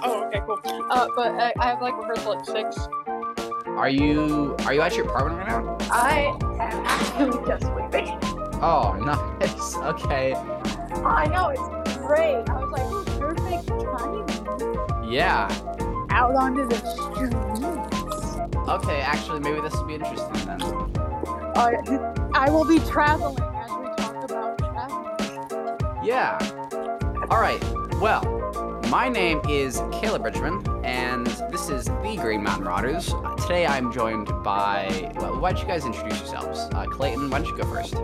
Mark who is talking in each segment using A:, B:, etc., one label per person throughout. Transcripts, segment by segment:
A: Oh, okay, cool. Uh, but I, I have like rehearsal at six.
B: Are you are you at your apartment right now?
A: I am actually just leaving.
B: Oh, nice. Okay.
A: I know it's great. I was like, "Ooh, perfect timing.
B: Yeah.
A: Out onto the streets.
B: Okay. Actually, maybe this will be interesting then.
A: Uh, I will be traveling as we talk about traveling.
B: Yeah. All right. Well, my name is Caleb Richmond, and this is the Green Mountain Marauders. Today I'm joined by. Well, why don't you guys introduce yourselves? Uh, Clayton, why don't you go first?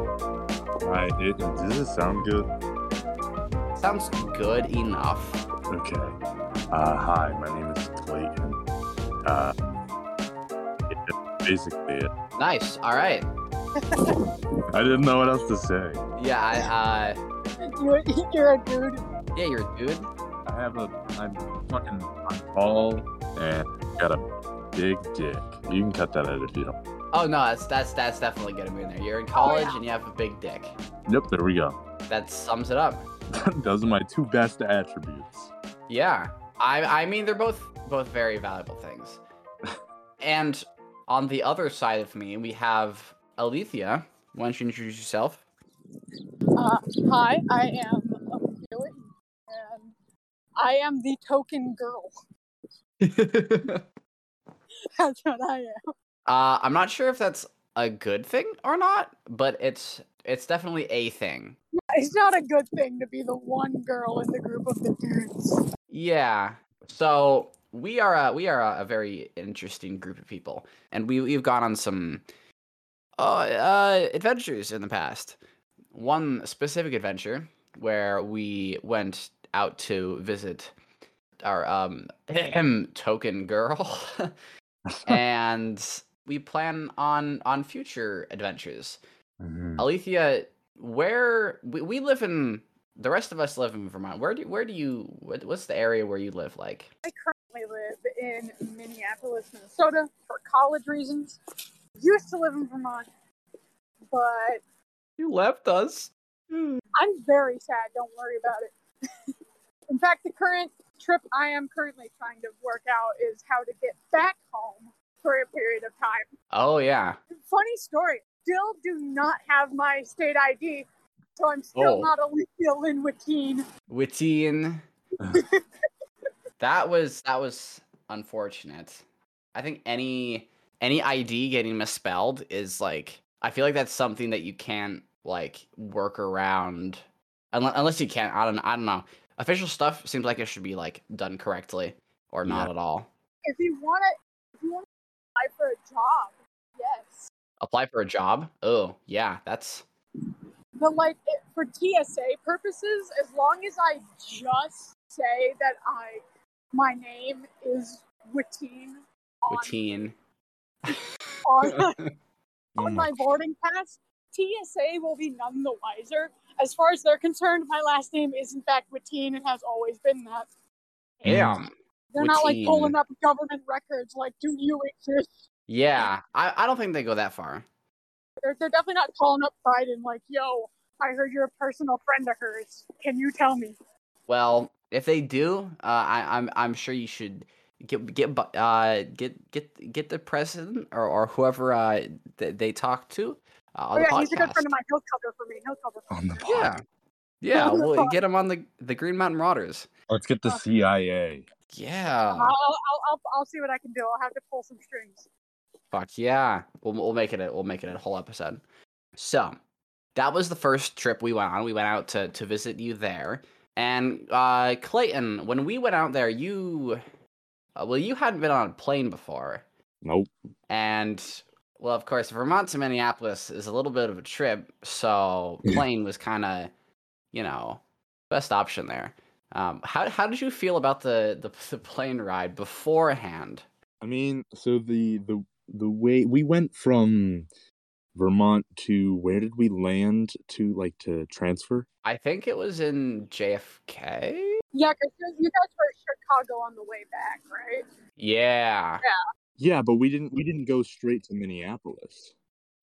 C: I it does it sound good?
B: Sounds good enough.
C: Okay. Uh, hi, my name is Clayton. Uh, yeah, that's basically it.
B: Nice. All right.
C: I didn't know what else to say.
B: Yeah. I, uh,
A: You're, you're a dude.
B: yeah, you're a dude.
C: I have a I'm fucking I'm tall and got a big dick. You can cut that out if you don't.
B: Oh no, that's that's that's definitely gonna be in there. You're in college
A: yeah.
B: and you have a big dick.
C: Yep, there we go.
B: That sums it up.
C: Those are my two best attributes.
B: Yeah. I I mean they're both both very valuable things. and on the other side of me, we have Alethea. Why don't you introduce yourself?
A: Uh, hi, I am Aletheoid, and I am the token girl.
B: uh,
A: That's what I am.
B: I'm not sure if that's a good thing or not, but it's it's definitely a thing.
A: It's not a good thing to be the one girl in the group of the dudes.
B: Yeah. So we are a, we are a, a very interesting group of people, and we we've gone on some uh, uh, adventures in the past. One specific adventure where we went out to visit our um token girl, and we plan on on future adventures. Mm-hmm.
C: Mhm.
B: Alethea, where we, we live in the rest of us live in Vermont. Where do where do you what, what's the area where you live like?
A: I currently live in Minneapolis, Minnesota for college reasons. Used to live in Vermont, but
B: You left us.
A: I'm very sad. Don't worry about it. in fact, the current trip I am currently trying to work out is how to get back home for a period of time.
B: Oh yeah.
A: Funny story. Still do not have my state ID, so I'm still
B: Oh.
A: not illegal in Wakine.
B: Witteen. that was that was unfortunate. I think any any ID getting misspelled is like I feel like that's something that you can't like work around unless, unless you can. I don't I don't know. Official stuff seems like it should be like done correctly or not
C: Yeah.
B: at all.
A: If you want to, if you want to apply for a job, yes.
B: Apply for a job? Oh, yeah, that's
A: But like it, for TSA purposes, as long as I just say that I, my name is Watine on,
B: Watine.
A: on,
C: Oh
A: on
C: my-
A: my boarding pass, TSA will be none the wiser. As far as they're concerned, my last name is in fact Watine and has always been that.
B: Damn.
A: They're not like
B: Watine.
A: pulling up government records like, do you exist?
B: Yeah, I, I don't think they go that far.
A: They're, they're definitely not calling up Biden like, yo, I heard you're a personal friend of hers. Can you tell me?
B: Well, if they do, uh, I, I'm I'm sure you should get get bu- uh get get get the president or, or whoever uh th- they talk to uh,
A: oh,
B: on
A: yeah,
B: the podcast.
A: he's a good friend of mine. He'll cover for me. He'll cover for
C: On
A: me.
C: the
B: Yeah,
C: pod.
B: yeah,
A: On the
B: we'll
A: pod.
B: get him on the the Green Mountain Marauders.
C: Let's get the CIA.
B: Yeah,
A: I'll, I'll, I'll, I'll see what I can do. I'll have to pull some strings.
B: fuck yeah, we'll we'll make it a, we'll make it a whole episode. So that was the first trip we went on. We went out to to visit you there, and uh, Clayton, when we went out there, you uh, well, you hadn't been on a plane before.
C: Nope.
B: And well, of course, Vermont to Minneapolis is a little bit of a trip, so plane was kind of, you know, best option there. Um, how how did you feel about the the, the plane ride beforehand?
C: I mean, so the the the way we went from Vermont to where did we land to like to transfer?
B: I think it was in JFK.
A: Yeah, because you guys were in Chicago on the way back, right?
B: Yeah.
C: Yeah, but we didn't we didn't go straight to Minneapolis.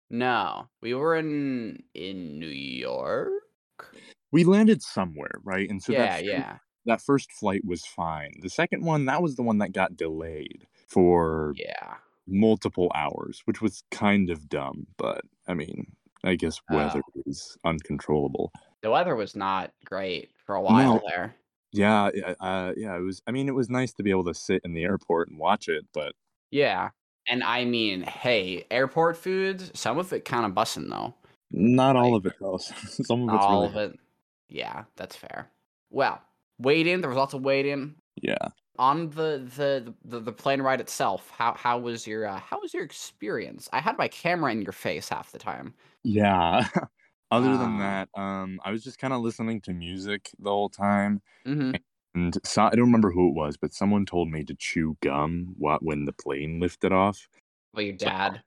B: No, we were in in New York.
C: we landed somewhere, right? And so
B: yeah,
C: that,
B: yeah.
C: that first flight was fine. The second one, that was the one that got delayed for
B: Yeah.
C: multiple hours, which was kind of dumb, but I mean, I guess
B: Oh.
C: weather is uncontrollable.
B: The weather was not great for a while
C: No.
B: there.
C: Yeah, yeah, uh, yeah, it was I mean, it was nice to be able to sit in the airport and watch it, but
B: Yeah. And I mean, hey, airport foods, some of it kind of bussin' though.
C: not all
B: Right.
C: of it though. Some of it's
B: All
C: really
B: of it. Yeah, that's fair. Well, waiting, there was lots of waiting.
C: yeah.
B: On the the, the the plane ride itself, how how was your uh, how was your experience? I had my camera in your face half the time.
C: Yeah. Other
B: Ah.
C: than that, um I was just kind of listening to music the whole time.
B: hmm
C: and so, I don't remember who it was, but someone told me to chew gum wa- when the plane lifted off,
B: Well, your dad.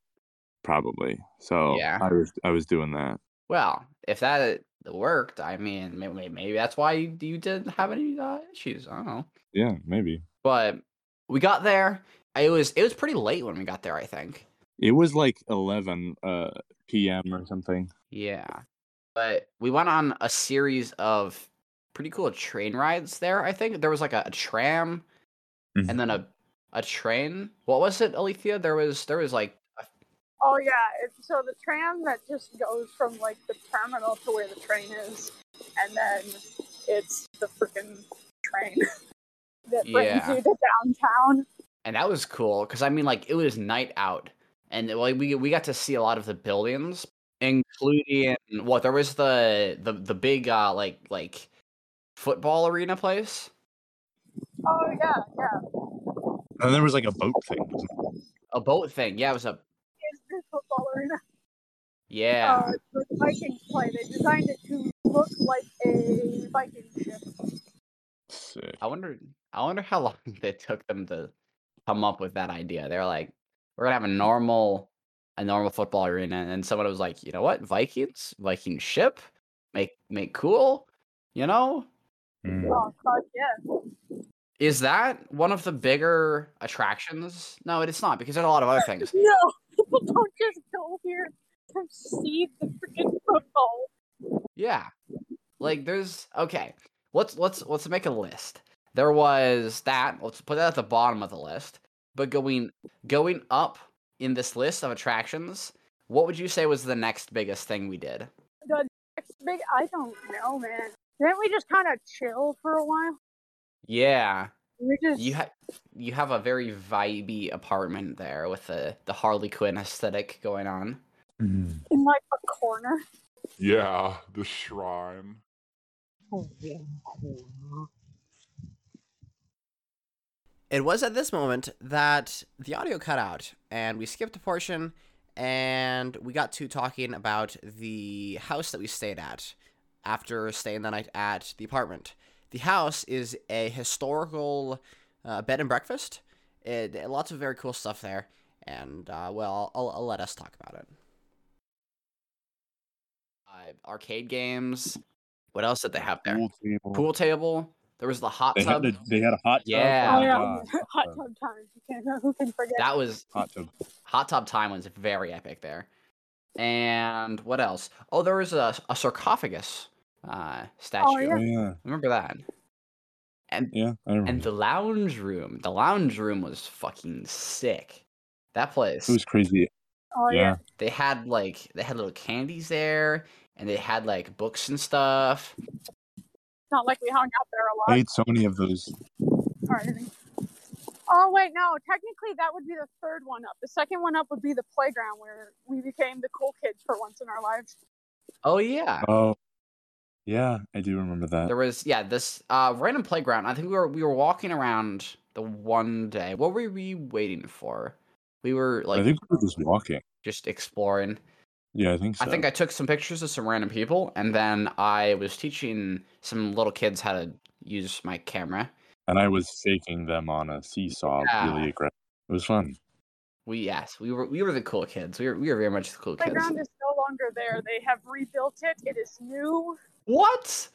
C: probably. So
B: Yeah.
C: I was I was doing that.
B: Well, if that worked, I mean, maybe maybe that's why you, you didn't have any uh, issues. I don't know.
C: Yeah, maybe
B: But we got there. It was it was pretty late when we got there. I think.
C: it was like eleven uh, p.m. or something.
B: Yeah. But we went on a series of pretty cool train rides there, I think. There was like a, a tram and then a a train. What was it, Alethea? There was there was like a,
A: Oh yeah, it's, so the tram that just goes from like the terminal to where the train is, and then it's the freaking train that brings
B: Yeah.
A: you to downtown.
B: and that was cool cuz I mean like it was night out and like we we got to see a lot of the buildings including what there was the the the big uh like like football arena place.
A: Oh yeah, yeah.
C: And there was like a boat thing.
B: A boat thing. Yeah, it was a
A: It's the football arena.
B: yeah.
A: Uh, the Vikings play. They designed it to look like a Viking ship.
C: Sick.
B: I wonder. I wonder how long it took them to come up with that idea. They're like, we're gonna have a normal, a normal football arena, and then someone was like, you know what, Vikings, Viking ship, make make cool. You know,
C: Mm.
A: Oh fuck yeah!
B: is that one of the bigger attractions? No, it's not because there's a lot of other things.
A: No, people don't just go here to see the freaking football.
B: Yeah. Like there's okay. Let's let's let's make a list. There was that. Let's put that at the bottom of the list. But going going up in this list of attractions, what would you say was the next biggest thing we did?
A: The next big, I don't know, man. Didn't we just kind of chill for a while?
B: Yeah.
A: We just
B: You have you have a very vibey apartment there with the the Harley Quinn aesthetic going on.
A: in like a corner.
D: Yeah, the shrine.
E: It was at this moment that the audio cut out, and we skipped a portion, and we got to talking about the house that we stayed at after staying the night at the apartment. The house is a historical uh, bed and breakfast. It, lots of very cool stuff there, and uh, well, I'll, I'll let us talk about it.
B: Uh, arcade games. What else did they have there?
C: Pool table.
B: Pool table. There was the hot
C: They had,
B: tub.
C: the, they had a hot tub.
B: Yeah.
A: oh yeah,
C: God.
A: hot tub time. You can't, who can forget?
B: That was
C: Hot tub.
B: Hot Tub Time was very epic there. And what else? Oh, there was a, a sarcophagus uh, statue.
C: Oh,
A: yeah.
C: yeah.
B: Remember that? And
C: Yeah. I remember.
B: and the lounge room. The lounge room was fucking sick. That place.
C: it was crazy.
A: oh yeah.
C: yeah.
B: They had like they had little candies there, and they had like books and stuff.
A: It's not like we hung out there a lot.
C: I ate so many of those.
A: or anything. Oh wait, no. Technically, that would be the third one up. The second one up would be the playground where we became the cool kids for once in our lives.
B: Oh yeah.
C: Oh. Yeah, I do remember that.
B: There was yeah this uh, random playground. I think we were we were walking around the one day. What were we waiting for? We were like
C: I think we were just walking.
B: just exploring.
C: Yeah, I think so.
B: I think I took some pictures of some random people, and then I was teaching some little kids how to use my camera.
C: and I was shaking them on a seesaw
B: Yeah.
C: really aggressive. It was fun.
B: We yes, we were we were the cool kids. We were we were very much the cool kids.
A: Playground is no longer there. They have rebuilt it. It is new.
B: What?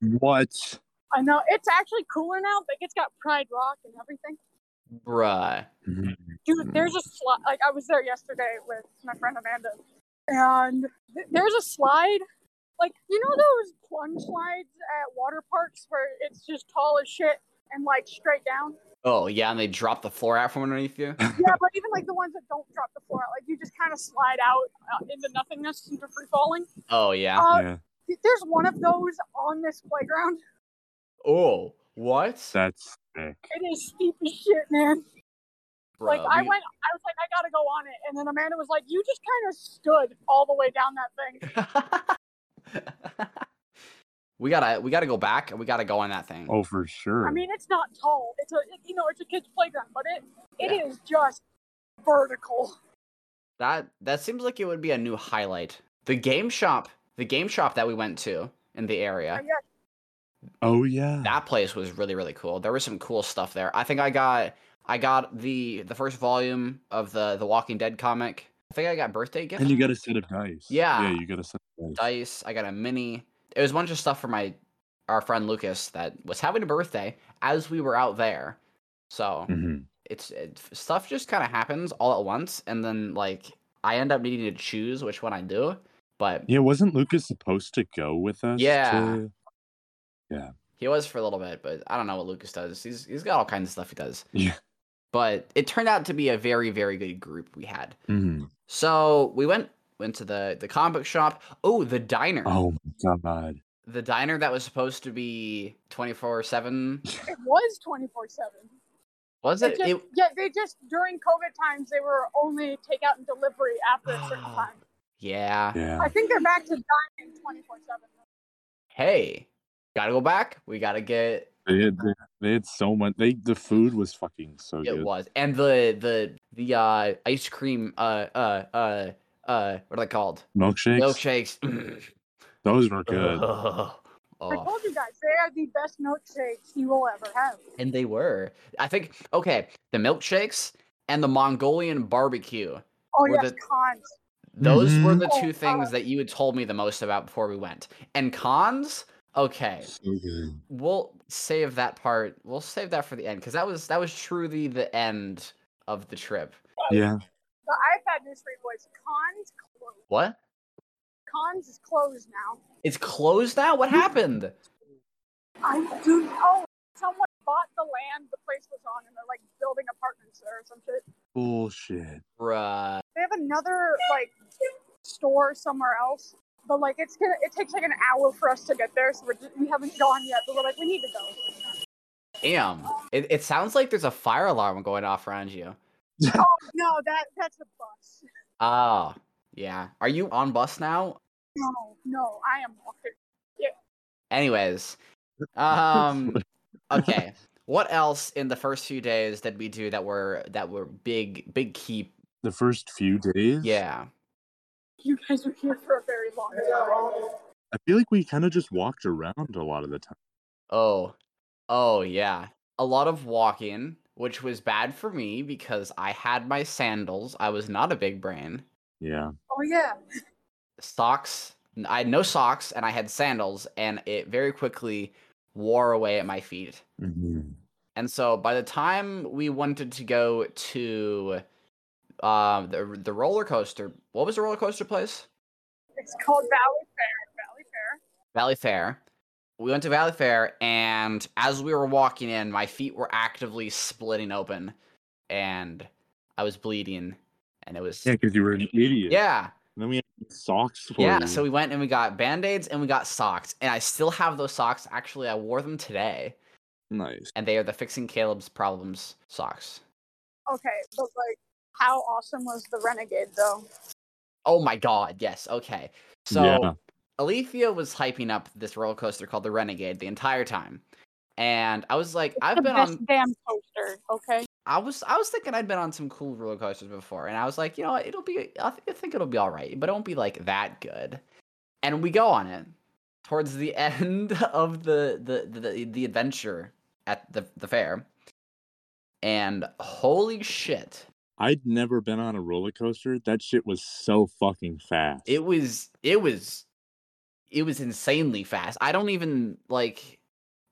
C: What?
A: I know it's actually cooler now. Like it's got Pride Rock and everything.
B: Bruh.
C: Mm-hmm.
B: Mm-hmm.
A: Dude, there's a slide. Like I was there yesterday with my friend Amanda, and th- there's a slide. Like, you know those plunge slides at water parks where it's just tall as shit and like straight down?
B: Oh yeah, and they drop the floor out from underneath you.
A: Yeah, but even like the ones that don't drop the floor out, like you just kind of slide out uh, into nothingness into free falling.
B: Oh yeah.
A: Uh,
C: yeah,
A: th- There's one of those on this playground.
B: Oh what?
C: that's sick.
A: It is steep as shit, man. like
B: Bro,
A: I
B: we-
A: went, I was like, I gotta go on it, and then Amanda was like, "You just kind of stood all the way down that thing."
B: we gotta we gotta go back and we gotta go on that thing.
C: Oh, for sure.
A: I mean, it's not tall. It's a, it, you know, it's a kid's playground, but it, it is
B: Yeah.
A: just vertical.
B: That that seems like it would be a new highlight. The game shop, the game shop that we went to in the area,
A: I guess
C: oh yeah.
B: that place was really really cool. There was some cool stuff there. I think I got I got the the first volume of the the Walking Dead comic. I think I got birthday gift.
C: and you got a set of dice.
B: Yeah.
C: Yeah, you got a set of dice.
B: dice. I got a mini. It was a bunch of stuff for my our friend Lucas that was having a birthday as we were out there. So
C: Mhm.
B: it's it, stuff just kind of happens all at once, and then like I end up needing to choose which one I do. But
C: Yeah, wasn't Lucas supposed to go with us?
B: Yeah.
C: to-
B: He was for a little bit, but I don't know what Lucas does. He's he's got all kinds of stuff he does.
C: Yeah.
B: But it turned out to be a very very good group we had.
C: Mhm.
B: So we went went to the the comic book shop. Oh, the diner.
C: Oh my god.
B: The diner that was supposed to be twenty four seven.
A: it was twenty four seven.
B: Was it? it
A: Yeah, they just during COVID times they were only takeout and delivery after a
B: Ah.
A: certain time.
B: yeah.
C: Yeah.
A: I think they're back to dining twenty four seven.
B: Hey, gotta go back. We gotta get.
C: They had, they, they had so much. They the food was fucking so
B: It
C: good.
B: was and the the the uh ice cream uh uh uh uh what are they called?
C: Milkshakes.
B: Milkshakes.
C: Those were good.
B: oh.
A: I told you guys they are the best milkshakes you will ever have.
B: And they were. I think okay, the milkshakes and the Mongolian barbecue.
A: Oh
B: Were
A: yeah,
B: the-
A: cons.
B: Those were the
A: Mhm.
B: two things that you had told me the most about before we went. And cons, okay.
C: So good.
B: We'll save that part. We'll save that for the end cuz that was that was truly the end of the trip.
C: Yeah.
A: But I've had news for you boys. Cons closed.
B: What?
A: Cons is closed now.
B: It's closed now? What happened?
A: I do. Oh, someone bought the land the place was on, and they're like building apartments there or some shit.
C: Bullshit.
B: Bruh.
A: They have another like store somewhere else, but like it's gonna. It takes like an hour for us to get there, so we're just, we haven't gone yet. But we're like, we need to go.
B: Damn. It, it sounds like there's a fire alarm going off around you.
A: oh no, that that's a bus.
B: Oh, yeah. Are you on bus now?
A: No, no, I am walking.
B: Anyways, um, okay. What else in the first few days did we do that were that were big big keep?
C: The first few days.
B: Yeah.
A: You guys are here for a very long time.
C: I feel like we kind of just walked around a lot of the time.
B: Oh, oh yeah. A lot of walking, which was bad for me because I had my sandals. I was not a big brain.
C: Yeah.
A: Oh yeah,
B: Socks. n- I had no socks and I had sandals, and it very quickly wore away at my feet.
C: Mhm.
B: And so by the time we wanted to go to um the the roller coaster, what was the roller coaster place?
A: it's called Valley Fair. Valley Fair.
B: Valley Fair. We went to Valley Fair and as we were walking in, my feet were actively splitting open and I was bleeding and it was
C: Yeah, because you were an idiot.
B: yeah.
C: And then we had socks for
B: Yeah,
C: you.
B: so we went and we got band-aids and we got socks and I still have those socks. Actually, I wore them today
C: nice.
B: and they are the fixing Caleb's problems socks.
A: Okay, but like, how awesome was the Renegade though?
B: Oh my god, yes. Okay. So
C: Yeah.
B: Alethea was hyping up this roller coaster called the Renegade the entire time. And I was like, I've
A: the
B: been
A: best
B: on
A: damn coaster. Okay,
B: I was I was thinking I'd been on some cool roller coasters before and I was like, you know what, it'll be I, th- I think it'll be all right, but it won't be like that good. And we go on it towards the end of the the the, the adventure at the the fair. And holy shit,
C: I'd never been on a roller coaster. That shit was so fucking fast.
B: it was it was it was insanely fast. I don't even like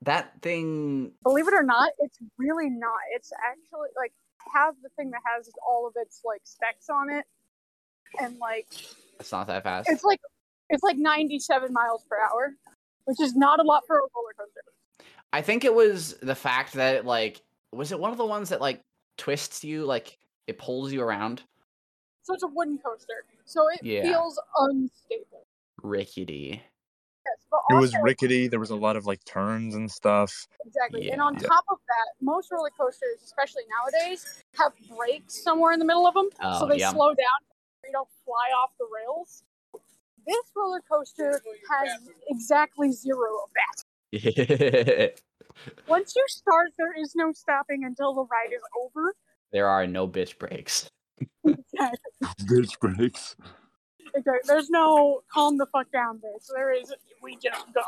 B: that thing
A: believe it or not, it's really not. It's actually like have the thing that has all of its like specs on it, and like
B: It's not that fast.
A: it's like It's like 97 miles per hour, which is not a lot for a roller coaster.
B: I think it was the fact that it like was it one of the ones that like twists you, like it pulls you around.
A: So it's a wooden coaster. So it
B: Yeah.
A: feels unstable.
B: Rickety.
A: Yes, but
C: It was
A: also-
C: rickety. There was a lot of like turns and stuff.
A: Exactly. And on
B: Yeah.
A: top of that, most roller coasters, especially nowadays, have brakes somewhere in the middle of them.
B: Oh,
A: so they
B: yeah.
A: slow down so you don't fly off the rails. This roller coaster has exactly zero of that.
B: there
A: Once you start, there is no stopping until the ride is over.
B: are no bitch breaks.
A: Exactly.
D: Bitch breaks.
A: There's no calm the fuck down, bitch. There is, we just go.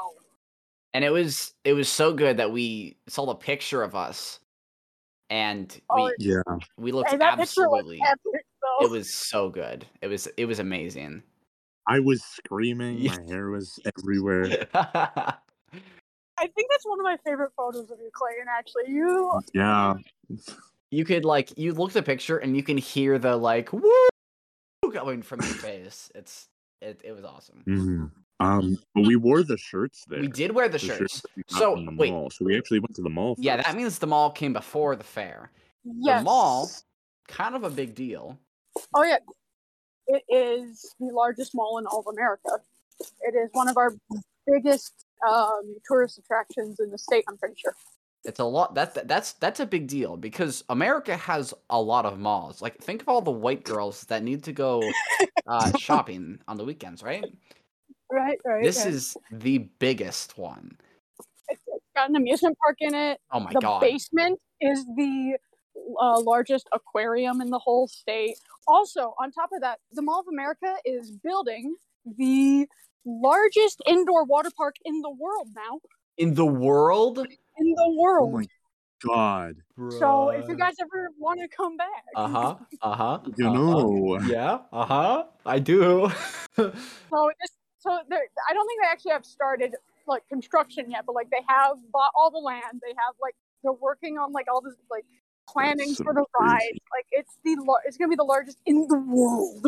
B: And it was it was so good that we saw the picture of us and
A: Oh,
B: we
C: Yeah.
B: we looked
A: and that
B: absolutely
A: picture was epic, though.
B: it was so good. It was it was amazing.
C: I was screaming.
B: Yeah.
C: My hair was everywhere.
A: I think that's one of my favorite photos of you, Clayton, actually. You
C: Uh, Yeah.
B: you could like you look at the picture and you can hear the like woo going from your face. It's it, it was awesome.
C: Mhm. Um, but we wore the shirts there.
B: We did wear the
C: The
B: shirts.
C: that we got
B: So
C: from the
B: wait,
C: mall. so we actually went to the mall.
B: yeah,
C: first.
B: that means the mall came before the fair.
A: Yes.
B: The mall, kind of a big deal.
A: Oh yeah. It is the largest mall in all of America. It is one of our biggest um, tourist attractions in the state, I'm pretty sure.
B: It's a lot. That, that that's that's a big deal because America has a lot of malls. Like think of all the white girls that need to go uh, shopping on the weekends, right?
A: Right, right.
B: This is the biggest one.
A: it's it's got an amusement park in it.
B: Oh my
A: the
B: god!
A: basement is the uh, largest aquarium in the whole state. Also, on top of that, the Mall of America is building the largest indoor water park in the world now.
B: In the world,
A: In the
C: Oh
A: world.
C: my god.
A: so if you guys ever want to come back,
B: Uh huh. Uh huh.
C: You know.
B: Yeah. Uh huh. I do.
A: So this, so there, I don't think they actually have started like construction yet, but like they have bought all the land. They have like they're working on like all this like planning
C: That's so
A: for the
C: crazy.
A: ride. Like it's the lar- it's gonna be the largest in the world.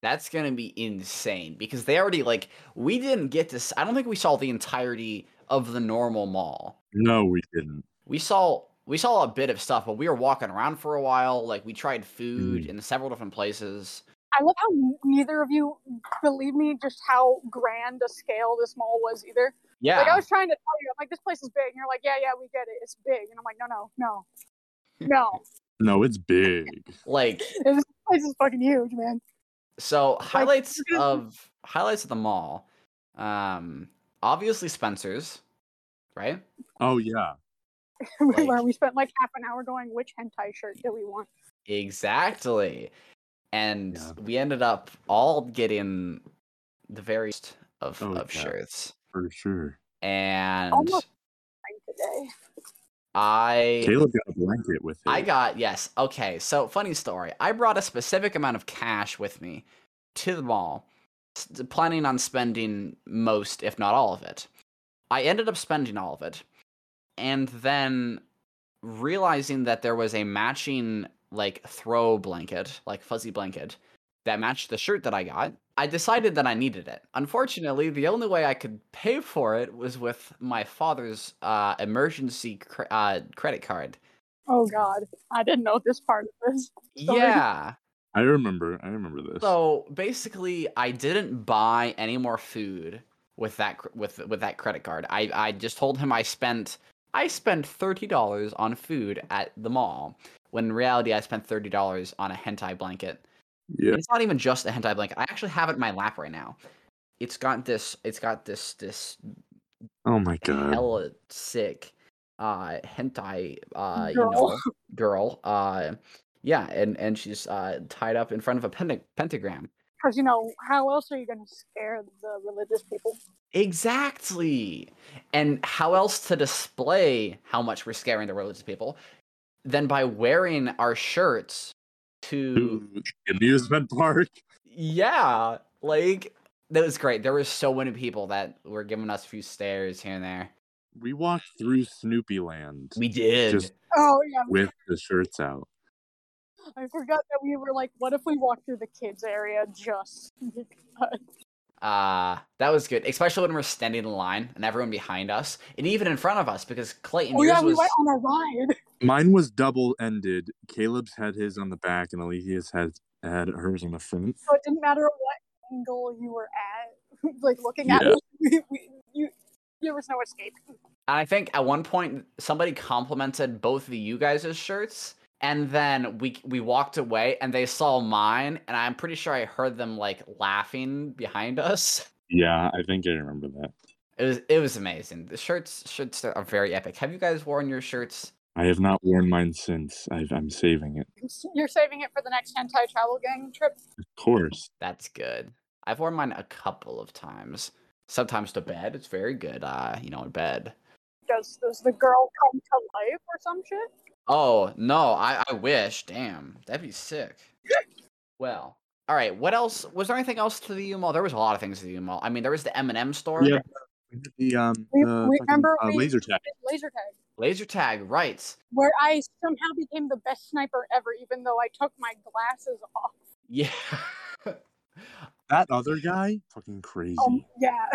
B: That's gonna be insane because they already like we didn't get to. s- I don't think we saw the entirety of the normal mall.
C: No, we didn't.
B: we saw we saw a bit of stuff, but we were walking around for a while. Like we tried food
C: Mm-hmm.
B: in several different places.
A: I love how n- neither of you believe me just how grand a scale this mall was either.
B: Yeah,
A: Like I was trying to tell you, I'm like this place is big, and you're like, yeah, yeah, we get it, it's big, and I'm like, no, no, no, no,
C: No, it's big.
B: like
A: this place is fucking huge, man.
B: so highlights
A: gonna-
B: of highlights of the mall. Um, obviously Spencer's, right?
C: Oh yeah.
A: Where
B: Like-
A: we spent like half an hour going, which hentai shirt do we want?
B: Exactly, and
C: Yeah.
B: we ended up all getting the variest of
C: Oh,
B: of
C: yeah.
B: shirts,
C: For sure.
B: and
A: Almost thing today.
B: I
C: Caleb got a blanket with it.
B: I got yes. Okay, so funny story. I brought a specific amount of cash with me to the mall, s- d- planning on spending most, if not all of it. I ended up spending all of it, and then realizing that there was a matching like throw blanket, like fuzzy blanket, that matched the shirt that I got. I decided that I needed it. Unfortunately, the only way I could pay for it was with my father's uh, emergency cre- uh, credit card.
A: Oh God, I didn't know this part of this. Sorry.
B: Yeah.
C: I remember. I remember this.
B: So basically, I didn't buy any more food with that cr- with with that credit card. I I just told him I spent I spent thirty dollars on food at the mall. When in reality, I spent thirty dollars on a hentai blanket.
C: yeah.
B: It's not even just a hentai blanket. I actually have it in my lap right now. It's got this. It's got this this
C: Oh my god.
B: hella sick uh hentai
A: Girl.
B: uh you know girl uh yeah and and she's uh tied up in front of a penta- pentagram
A: Because you know, how else are you going to scare the religious people?
B: exactly and how else to display how much we're scaring the religious people than by wearing our shirts to
C: To the amusement park.
B: yeah like that was great there were so many people that were giving us a few stares here and there
C: We walked through Snoopy Land
B: we did
C: Just-
A: Oh yeah,
C: with the shirts out.
A: I forgot that we were like, what if we walk through the kids area just? because-
B: Uh, that was good, especially when we're standing in line and everyone behind us, and even in front of us, because Clayton,
A: Oh
B: yours
A: yeah, we
B: was
A: went on a ride.
C: Mine was double ended. Caleb's had his on the back, and Alethea's had had hers on the front.
A: So it didn't matter what angle you were at, like looking at
C: Yeah.
A: us, we, we, you, there was no escape.
B: And I think at one point somebody complimented both of you guys' shirts, and then we we walked away and they saw mine, and I'm pretty sure I heard them like laughing behind us.
C: Yeah, I think I remember that.
B: It was it was amazing. The shirts shirts are very epic. Have you guys worn your shirts?
C: I have not worn mine since. I've, I'm saving it.
A: You're saving it for the next hentai travel gang trip.
C: Of course.
B: That's good. I've worn mine a couple of times. Sometimes to bed. It's very good. Uh, you know, in bed.
A: Does does the girl come to life or some shit?
B: Oh no, I, I wish. Damn, that'd be sick. well, all right. What else? Was there anything else to the U Mall? There was a lot of things to the U Mall. I mean, there was the M and m store.
C: Yeah. The um,
A: We,
C: the
A: we
C: fucking,
A: remember
C: uh,
A: we
C: laser tag.
A: did laser tag,
B: Laser tag, right?
A: where I somehow became the best sniper ever, even though I took my glasses off.
B: Yeah.
C: That other guy, fucking crazy.
A: Um, yeah.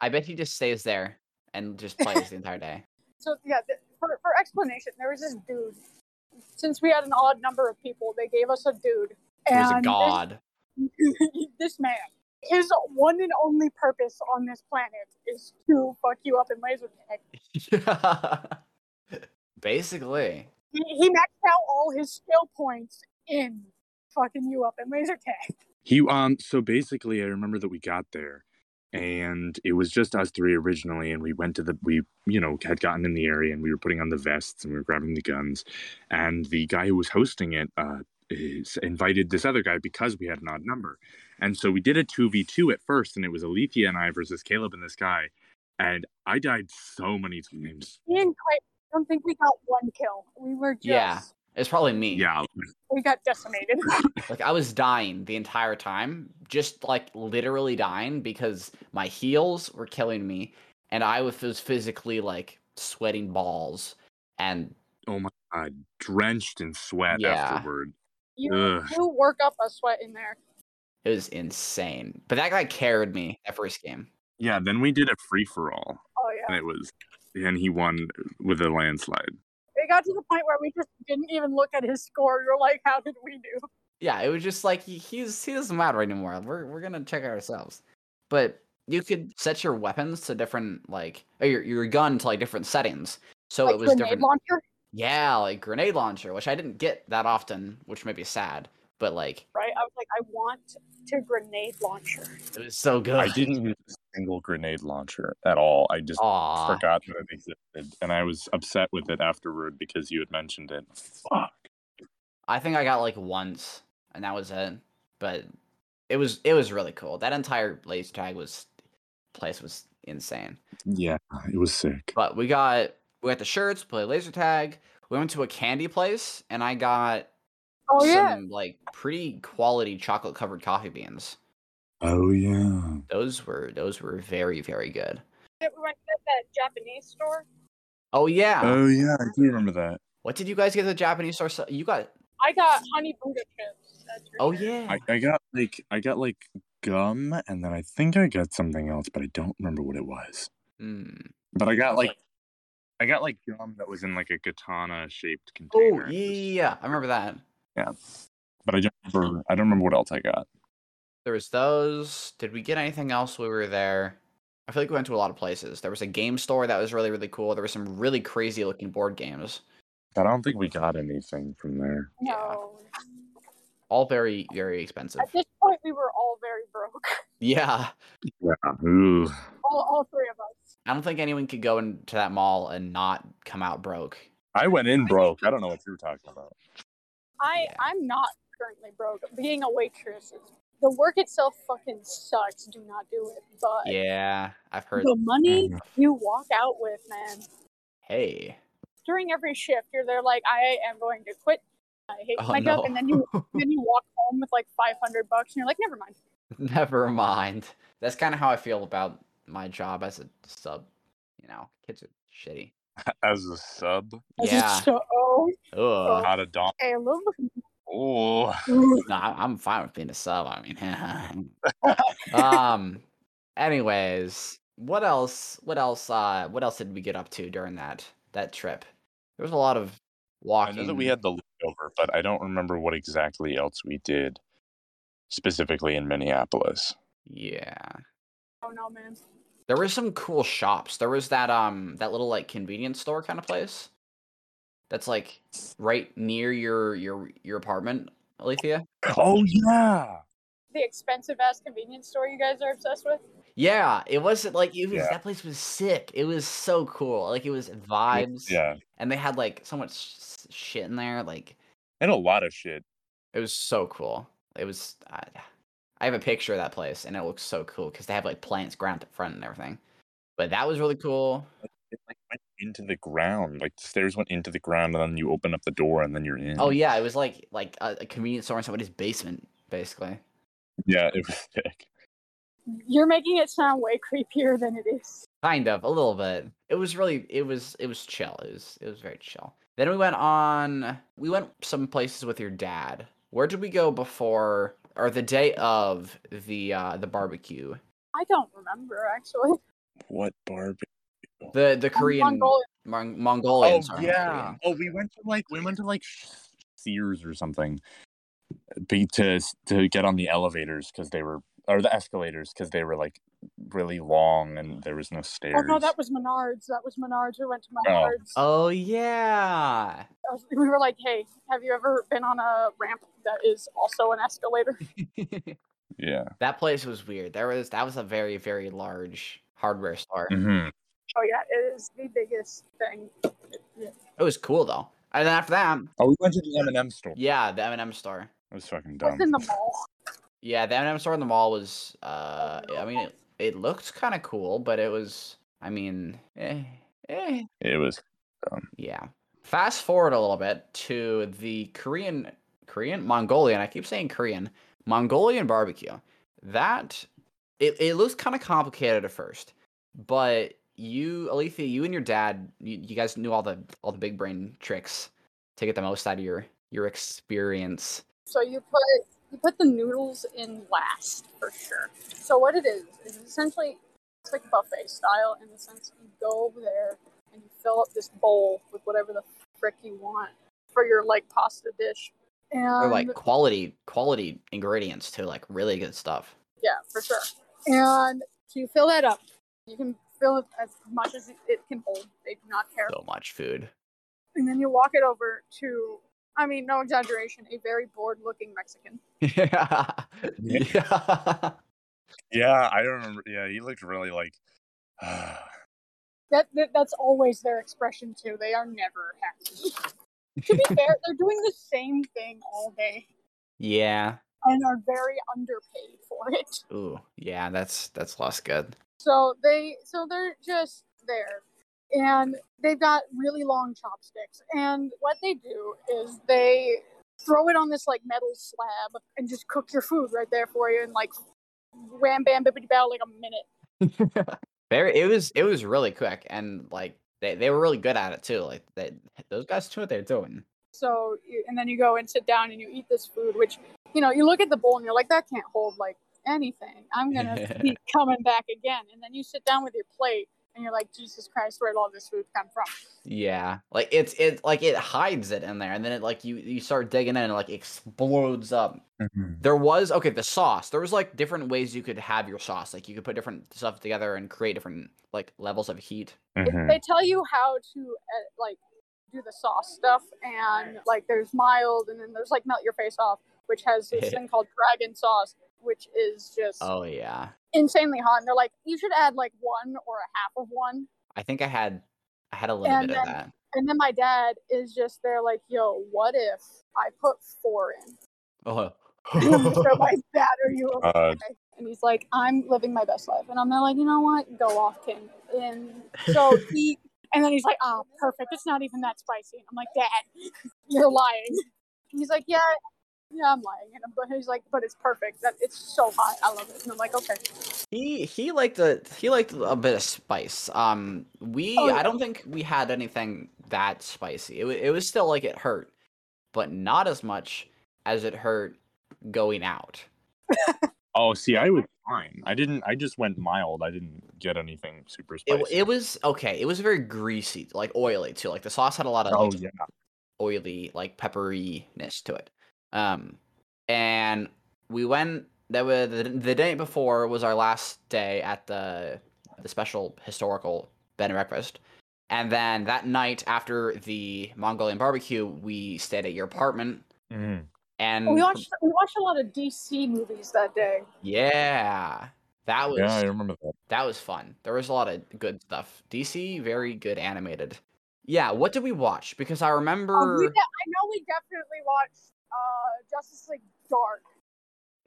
B: I bet he just stays there and just plays the entire day.
A: So yeah, th- for for explanation, there was this dude. Since we had an odd number of people, they gave us a dude.
B: He was a
A: And this-
B: god.
A: this man, his one and only purpose on this planet is to fuck you up in laser tag.
B: Basically.
A: He, he maxed out all his skill points in fucking you up in laser tag.
C: He um so basically I remember that we got there and it was just us three originally and we went to the we you know had gotten in the area and we were putting on the vests and we were grabbing the guns and the guy who was hosting it uh is invited this other guy because we had an odd number. And so we did a 2v2 at first and it was Alethea and I versus Caleb and this guy and I died so many times.
A: Me and Clay, I don't think we got one kill. We were just
B: Yeah. It's probably me.
C: Yeah,
A: we got decimated.
B: Like I was dying the entire time, just like literally dying because my heels were killing me, and I was was physically like sweating balls. And
C: uh, drenched in sweat
B: Yeah.
C: afterward.
A: you
C: Ugh.
A: you work up a sweat in there.
B: it was insane. But that guy carried me that first game.
C: Yeah, then we did a free for all
A: Oh yeah.
C: and it was and he won with a landslide.
A: It got to the point where we just didn't even look at his score. You're like, how did we do?
B: Yeah, it was just like he, he's he doesn't matter anymore. We're we're gonna check ourselves. But you could set your weapons to different like or your your gun to like different settings. So
A: like
B: Oh, it was
A: grenade
B: different.
A: launcher,
B: yeah, like grenade launcher, which I didn't get that often, which may be sad. But like
A: right? I was like, I want to grenade launcher.
B: it was so good.
F: I didn't use a single grenade launcher at all. I just
B: Aw.
F: forgot that it existed, and I was upset with it afterward because you had mentioned it. Fuck.
B: I think I got like once, and that was it. But it was it was really cool. That entire laser tag was place was insane.
C: Yeah, it was sick.
B: But we got we got the shirts, played laser tag. We went to a candy place, and I got
A: Oh
B: some
A: yeah,
B: like pretty quality chocolate covered coffee beans.
C: Oh yeah.
B: Those were those were very very good.
A: we went to that Japanese store.
B: Oh yeah,
C: Oh yeah, I do remember that.
B: what did you guys get at the Japanese store? So- You got
A: I got honey Buddha chips. That's
B: oh
A: really good.
B: yeah,
C: I, I got like I got like gum and then I think I got something else, but I don't remember what it was.
B: Mm.
C: But I got like I got like gum that was in like a katana shaped
B: oh
C: container.
B: yeah, yeah, yeah, I remember that.
C: Yeah. But I don't remember I don't remember what else I got.
B: There was those. Did we get anything else when we were there? I feel like we went to a lot of places. There was a game store that was really, really cool. There were some really crazy looking board games.
F: I don't think we got anything from there.
A: No,
B: All very, very expensive.
A: at this point we were all very broke.
B: Yeah.
C: Yeah. Ooh.
A: All, all three of us.
B: I don't think anyone could go into that mall and not come out broke.
F: I went in broke. I don't know what you were talking about.
A: I
B: Yeah.
A: I'm not currently broke. Being a waitress, is, the work itself fucking sucks. Do not do it. But
B: Yeah. Mm-hmm. I've heard.
A: the money you walk out with, man.
B: Hey.
A: during every shift you're there like i am going to quit i hate
B: Oh,
A: my
B: no.
A: job and then you then you walk home with like 500 bucks and you're like never mind
B: Never mind. That's kind of how I feel about my job as a sub. You know, kids are shitty.
F: As a sub,
A: This is
B: Yeah.
A: so oh
B: Ugh.
F: not a dom.
A: Caleb.
F: Oh,
B: No, I- I'm fine with being a sub. I mean, um, Anyways, what else? What else? Uh, what else did we get up to during that that trip? There was a lot of
F: I
B: walking.
F: know that we had the layover, but I don't remember what exactly else we did specifically in Minneapolis.
B: Yeah.
A: Oh no, man.
B: There were some cool shops. There was that um that little like convenience store kind of place. That's like right near your your your apartment, Alethea.
F: Oh yeah.
A: The expensive ass convenience store you guys are obsessed with.
B: Yeah, it wasn't like it was
F: Yeah.
B: that place was sick. It was so cool. Like it was vibes.
F: Yeah.
B: And they had like so much s- shit in there. Like
F: And a lot of shit.
B: it was so cool. It was. I, I have a picture of that place, and it looks so cool because they have like plants ground up front and everything. But that was really cool.
F: It like went into the ground. Like the stairs went into the ground and then you open up the door and then you're in.
B: Oh yeah, it was like like a, a convenience store in somebody's basement, basically.
F: Yeah, it was thick.
A: You're making it sound way creepier than it is.
B: Kind of, a little bit. It was really, it was, it was chill. It was, it was very chill. Then we went on, we went some places with your dad. Where did we go before, or the day of the uh the barbecue,
A: I don't remember actually.
F: What barbecue?
B: the the Korean
A: Mongolian.
B: Mon- Mongolian? sorry, not Korean.
F: Oh, we went to like we went to like Sears or something. uh, Be to to get on the elevators because they were or the escalators because they were like really long and there was no stairs.
A: Oh no, that was Menards. That was Menards. We went to Menards.
B: Oh yeah,
A: I was- We were like, hey, have you ever been on a ramp that is also an escalator?
F: yeah.
B: that place was weird. There was that was a very very large hardware store.
C: Mm.
F: hmm
A: Oh yeah, it is the biggest thing.
B: It was cool though. And then after that,
F: Oh, we went to the M and M store.
B: yeah, the M and M store.
F: It was fucking
A: It was
F: dumb.
A: in the mall.
B: Yeah, the M&M store in the mall was. Uh, I mean, it, it looked kind of cool, but it was. I mean, eh, eh,
F: It was.
B: yeah. Fast forward a little bit to the Korean, Korean Mongolian. I keep saying Korean Mongolian barbecue. That it it looks kind of complicated at first, but you, Alethea, you and your dad, you, you guys knew all the all the big brain tricks to get the most out of your your experience.
A: So you put you put the noodles in last for sure. So what it is is essentially it's like buffet style in the sense you go over there and you fill up this bowl with whatever the frick you want for your like pasta dish. And
B: They're like quality quality ingredients too, like really good stuff.
A: Yeah, for sure. And so you fill that up. You can fill it as much as it can hold. They do not care.
B: So much food.
A: And then you walk it over to, I mean, no exaggeration, a very bored looking Mexican.
B: yeah.
F: Yeah, I remember. Yeah, he looked really like.
A: That, that That's always their expression, too. They are never happy. to be fair, they're doing the same thing all day
B: Yeah.
A: and are very underpaid for it.
B: Ooh. Yeah. That's that's lost good.
A: So they so they're just there. And they've got really long chopsticks. And what they do is they throw it on this like metal slab and just cook your food right there for you in like wham bam bibbity bow like a minute.
B: Very. It was it was really quick and like they, they were really good at it too. Like they, those guys knew what they're doing.
A: So you, and then you go and sit down and you eat this food which you know, you look at the bowl and you're like that can't hold like anything. I'm going to keep coming back again. And then you sit down with your plate and you're like Jesus Christ, where did all this food come from?
B: Yeah. Like it's it like it hides it in there and then it like you you start digging in and it, like explodes up.
F: Mm-hmm,
B: There was okay the sauce. There was like different ways you could have your sauce. Like you could put different stuff together and create different like levels of heat.
C: Mm-hmm.
F: Mhm.
A: they tell you how to uh, like do the sauce stuff and like there's mild and then there's like melt your face off which has this thing called dragon sauce which is just
B: Oh yeah.
A: insanely hot and they're like you should add like one or a half of one
B: I think I had I had a little
A: And
B: bit of
A: then-
B: that.
A: and then my dad is just there like yo what if i put four in
B: Oh.
A: and they're like that are you okay?
F: Uh,
A: and he's like i'm living my best life and i'm there like you know what go off king and so he and then he's like oh perfect it's not even that spicy and i'm like dad you're lying and he's like yeah yeah i'm lying and I'm, but he's like but it's perfect that it's so hot i love it and i'm like okay
B: he he liked a he liked a bit of spice. Um, we
A: Oh,
B: I
A: yeah.
B: don't think we had anything that spicy. It wa- it was still like it hurt, but not as much as it hurt going out.
F: oh, see, I would
C: fine. I didn't. I just went mild. I didn't get anything super
B: It,
C: spicy.
B: w- it was okay. It was very greasy, like oily too. Like the sauce had a lot of
C: oh
B: like,
C: yeah,
B: oily, like pepperiness to it. Um, and we went. That was the, the day before was our last day at the the special historical bed and breakfast. And then that night after the Mongolian barbecue, we stayed at your apartment.
C: Mhm.
B: And
A: We watched we watched a lot of DC movies that day.
B: yeah, that was
C: yeah. I remember that.
B: that was fun. There was a lot of good stuff. DC very good animated. Yeah, what did we watch? Because I
A: Um, we
B: remember
A: de- I know we definitely watched uh, Justice League Dark,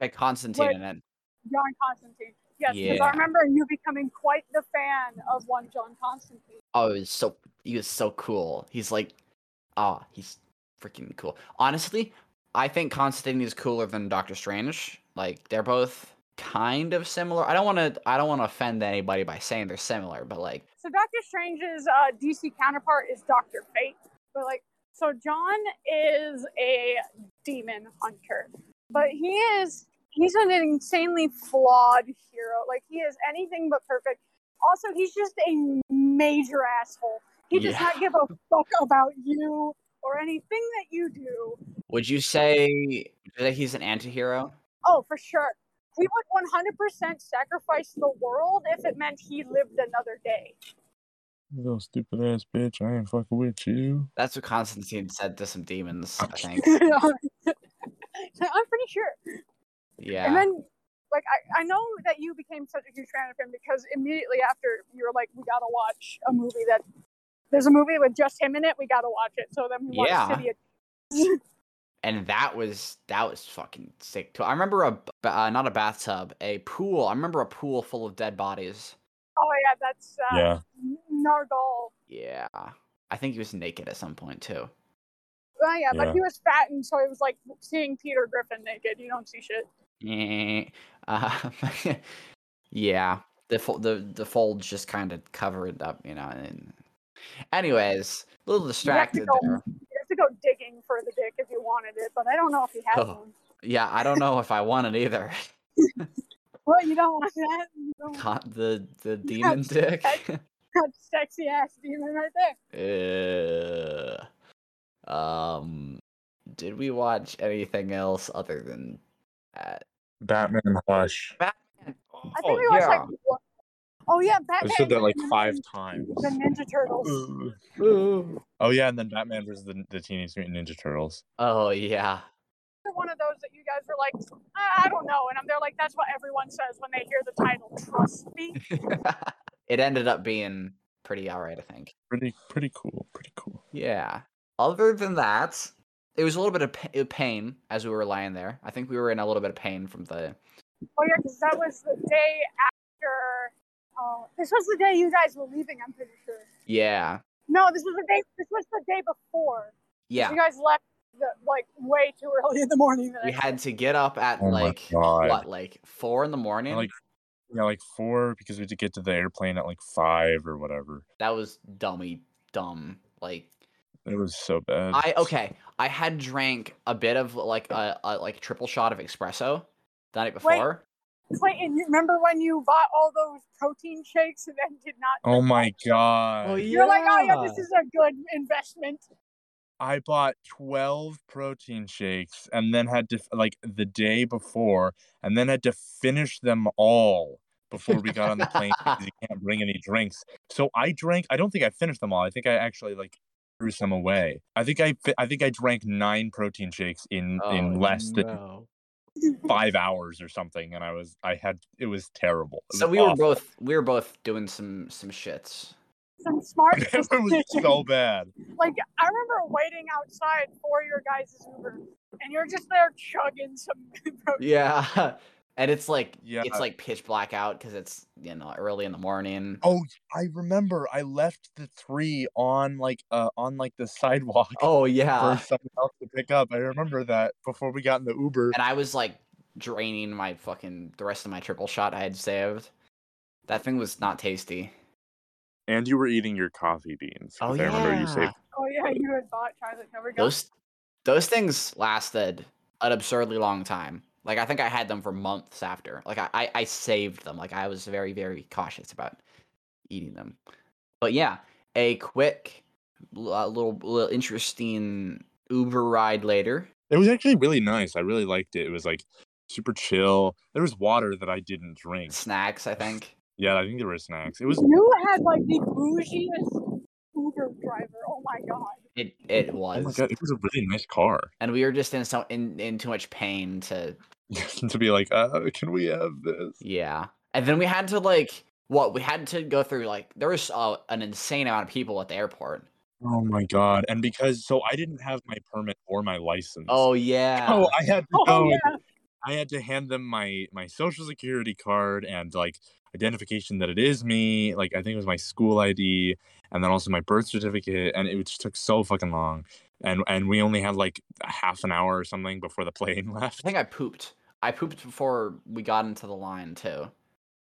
B: that Constantine in it.
A: John Constantine. Yes, because
B: Yeah.
A: I remember you becoming quite the fan of one John Constantine.
B: Oh, he's so he was so cool. He's like, ah, he's freaking cool. Honestly, I think Constantine is cooler than Doctor Strange. Like they're both kind of similar. I don't want to I don't want to offend anybody by saying they're similar, but like
A: So Doctor Strange's uh, DC counterpart is Doctor Fate, but like, so John is a demon hunter, but he is he's an insanely flawed hero. Like he is anything but perfect. Also, he's just a major asshole. He does
B: Yeah.
A: not give a fuck about you or anything that you do.
B: would you say that he's an antihero?
A: Oh, for sure. He would 100% sacrifice the world if it meant he lived another day.
C: Little stupid ass bitch. I ain't fucking with you.
B: That's what Constantine said to some demons, I think.
A: I'm pretty sure.
B: Yeah.
A: And then, like, I, I know that you became such a huge fan of him because immediately after you were like, we gotta watch a movie that there's a movie with just him in it. We gotta watch it. So then we watched
B: Yeah.
A: City. Of,
B: and that was that was fucking sick too. I remember a b- uh, not a bathtub, a pool. I remember a pool full of dead bodies.
A: oh yeah, that's uh,
C: Yeah.
A: Nargal.
B: Yeah, I think he was naked at some point too.
A: Oh yeah,
C: Yeah.
A: but he was fat, and so it was like seeing Peter Griffin naked. You don't see shit.
B: Eh, Uh, yeah, the fo- the the folds just kind of cover it up, you know. And anyways, a little distracted
A: go-
B: there.
A: You have to go digging for the dick if you wanted it, but I don't know if he has
B: Oh.
A: one.
B: Yeah, I don't know if I want it either.
A: Well, you don't want that. You don't want
B: Con- the the demon dick.
A: that sexy ass demon right there.
B: Uh, um, did we watch anything else other than that?
C: Batman Hush.
B: Batman. Oh,
A: I think we watched like. one- Oh yeah,
C: I
A: Batman.
C: said that like
A: and
C: five times.
A: The Ninja Turtles.
C: Oh yeah, and then Batman versus the, the Teenage Mutant Ninja Turtles.
B: oh yeah.
A: They're one of those that you guys were like, "Ah, I don't know, and I'm there like that's what everyone says when they hear the title. Trust me.
B: it ended up being pretty alright, I think.
C: Pretty pretty cool. Pretty cool.
B: Yeah. Other than that, it was a little bit of pa- pain as we were lying there. I think we were in a little bit of pain from the.
A: Oh yeah, because that was the day after. Oh, this was the day you guys were leaving. I'm pretty sure.
B: Yeah.
A: No, this was the day. This was the day before.
B: Yeah.
A: You guys left the, like way too early in the morning.
B: We had to get up at
C: Oh my
B: like
C: God.
B: what, like four in the morning.
C: like Yeah, like four because we had to get to the airplane at like five or whatever.
B: that was dummy dumb. Like
C: It was so bad.
B: I okay. I had drank a bit of like a, a like triple shot of espresso the night before.
A: Clayton, you remember when you bought all those protein shakes and then did not?
C: Oh my god.
A: You're like, oh yeah, this is a good investment.
C: I bought 12 protein shakes and then had to, like, the day before, and then had to finish them all before we got on the plane because you can't bring any drinks. So I drank, I don't think I finished them all. I think I actually, like, threw some away. I think I, fi- I think I drank nine protein shakes in,
B: Oh,
C: in less than five hours or something. And I was, I had, it was terrible. It
B: So
C: was
B: we were
C: awful.
B: both we were both doing some some shits.
A: Some smart.
C: it was so bad.
A: like I remember waiting outside for your guys' Uber, and you're just there chugging some protein.
B: Yeah. And it's like
C: Yeah.
B: it's like pitch black out because it's you know early in the morning.
C: Oh, I remember. I left the three on like uh on like the sidewalk
B: Oh,
C: for
B: yeah.
C: someone else to pick up. I remember that before we got in the Uber.
B: And I was like draining my fucking the rest of my triple shot I had saved. That thing was not tasty.
G: And you were eating your coffee beans.
B: Oh
G: 'cause
B: yeah.
G: I remember you saved
A: Oh yeah, you had bought chocolate covered gum.
B: those those things lasted an absurdly long time Like I think I had them for months after. Like I, I, I saved them. Like I was very, very cautious about eating them. But yeah, a quick l- uh, little, little interesting Uber ride later.
C: It was actually really nice. I really liked it. It was like super chill. There was water that I didn't drink.
B: Snacks, I think.
C: Yeah, I think there were snacks. It was oh
A: You had like the bougiest Uber driver. Oh my god.
B: It it
C: oh my
B: was.
C: god, it was a really nice car.
B: and we were just in so in, in too much pain to
C: to be like, uh, can we have this?
B: Yeah. And then we had to like what we had to go through like there was uh, an insane amount of people at the airport.
C: Oh my god! And because so I didn't have my permit or my license.
B: Oh yeah.
C: Oh, I had to
A: Oh,
C: go. and-
A: yeah.
C: I had to hand them my my social security card and like identification that it is me. Like I think it was my school ID and then also my birth certificate. And it just took so fucking long. And and we only had like a half an hour or something before the plane left.
B: I think I pooped. I pooped before we got into the line too.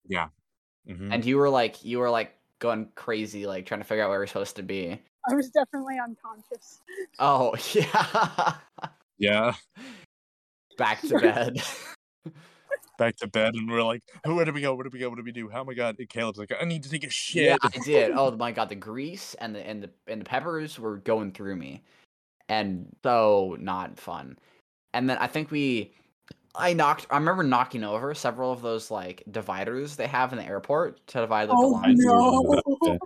C: Mhm.
B: And you were like you were like going crazy like trying to figure out where we are supposed to be.
A: I was definitely unconscious.
B: Oh yeah.
C: yeah,
B: Back to bed.
C: back to bed and we're like, oh, where do we go? Where do we go? What do we do? Oh my god! And Caleb's like, I need to take a shit.
B: Yeah, I did. Oh my god, the grease and the and the and the peppers were going through me, and so not fun. And then I think we, I knocked. I remember knocking over several of those like dividers they have in the airport to divide like, the
A: Oh
B: line.
A: no.
C: Yeah.